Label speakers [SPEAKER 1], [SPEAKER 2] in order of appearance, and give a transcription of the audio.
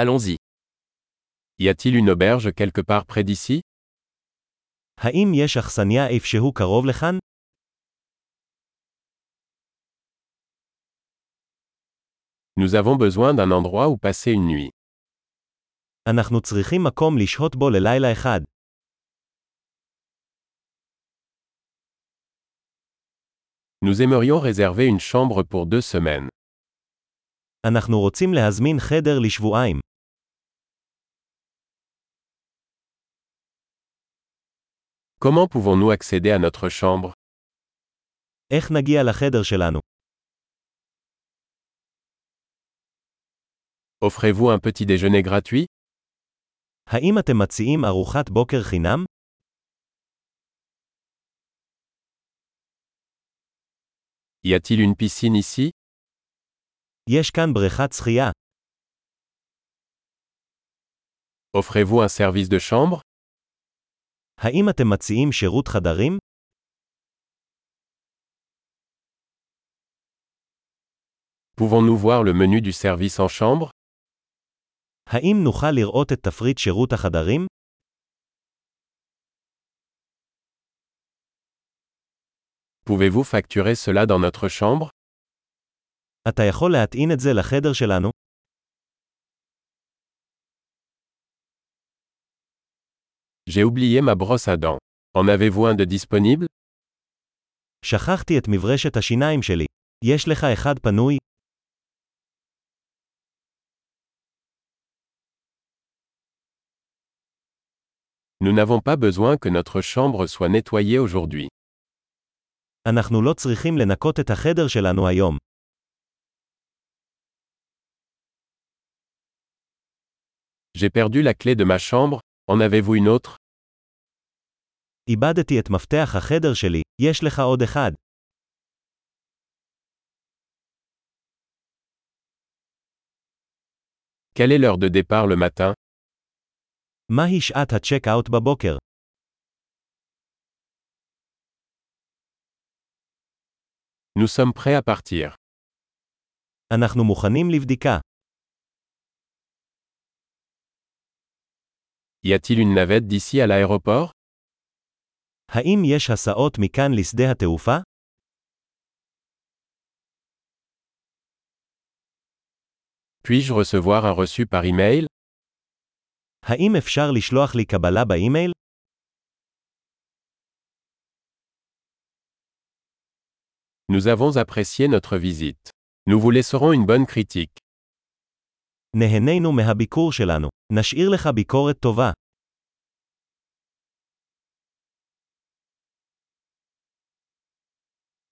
[SPEAKER 1] Allons-y. Y a-t-il une auberge quelque part près d'ici
[SPEAKER 2] האם יש אכסניה איפשהו קרוב לכאן?
[SPEAKER 1] Nous avons besoin d'un endroit où passer une nuit.
[SPEAKER 2] אנחנו צריכים מקום לשהות בו ללילה אחד.
[SPEAKER 1] Nous aimerions réserver une chambre pour deux semaines.
[SPEAKER 2] אנחנו רוצים להזמין חדר לשבועיים.
[SPEAKER 1] Comment pouvons-nous accéder à notre chambre
[SPEAKER 2] איך נגיע לחדר שלנו?
[SPEAKER 1] Offrez-vous un petit déjeuner gratuit
[SPEAKER 2] האם אתם מציעים ארוחת בוקר חינם?
[SPEAKER 1] Y a-t-il une piscine ici
[SPEAKER 2] יש כאן בריכת שחייה.
[SPEAKER 1] Offrez-vous un service de chambre
[SPEAKER 2] האם אתם מציעים שירות חדרים?
[SPEAKER 1] Pouvons-nous voir le menu du service en chambre
[SPEAKER 2] האם נוכל לראות את תפריט שירות החדרים?
[SPEAKER 1] Pouvez-vous facturer cela dans notre chambre
[SPEAKER 2] אתה יכול להטעין את זה לחדר שלנו?
[SPEAKER 1] J'ai oublié ma brosse à dents. En avez-vous un de disponible
[SPEAKER 2] שכחתי את מברשת השיניים שלי. יש לך אחד פנוי?
[SPEAKER 1] Nous n'avons pas besoin que notre chambre soit nettoyée aujourd'hui.
[SPEAKER 2] אנחנו לא צריכים לנקות את החדר שלנו היום.
[SPEAKER 1] J'ai perdu la clé de ma chambre, en avez-vous une autre
[SPEAKER 2] איבדתי את מפתח החדר שלי, יש לך עוד אחד.
[SPEAKER 1] Quelle est l'heure de départ le matin
[SPEAKER 2] מהי שעת הצ'ק-אאוט בבוקר?
[SPEAKER 1] Nous sommes prêts à partir.
[SPEAKER 2] אנחנו מוכנים לבדיקה.
[SPEAKER 1] Y a-t-il une navette d'ici à l'aéroport
[SPEAKER 2] האם יש הסעות מכאן לשדה התעופה?
[SPEAKER 1] Puis-je recevoir un reçu par email
[SPEAKER 2] האם אפשר לשלוח לי קבלה באימייל?
[SPEAKER 1] Nous avons apprécié notre visite. Nous vous laisserons une bonne critique.
[SPEAKER 2] נהנינו מהביקור שלנו. נשאיר לך ביקורת טובה.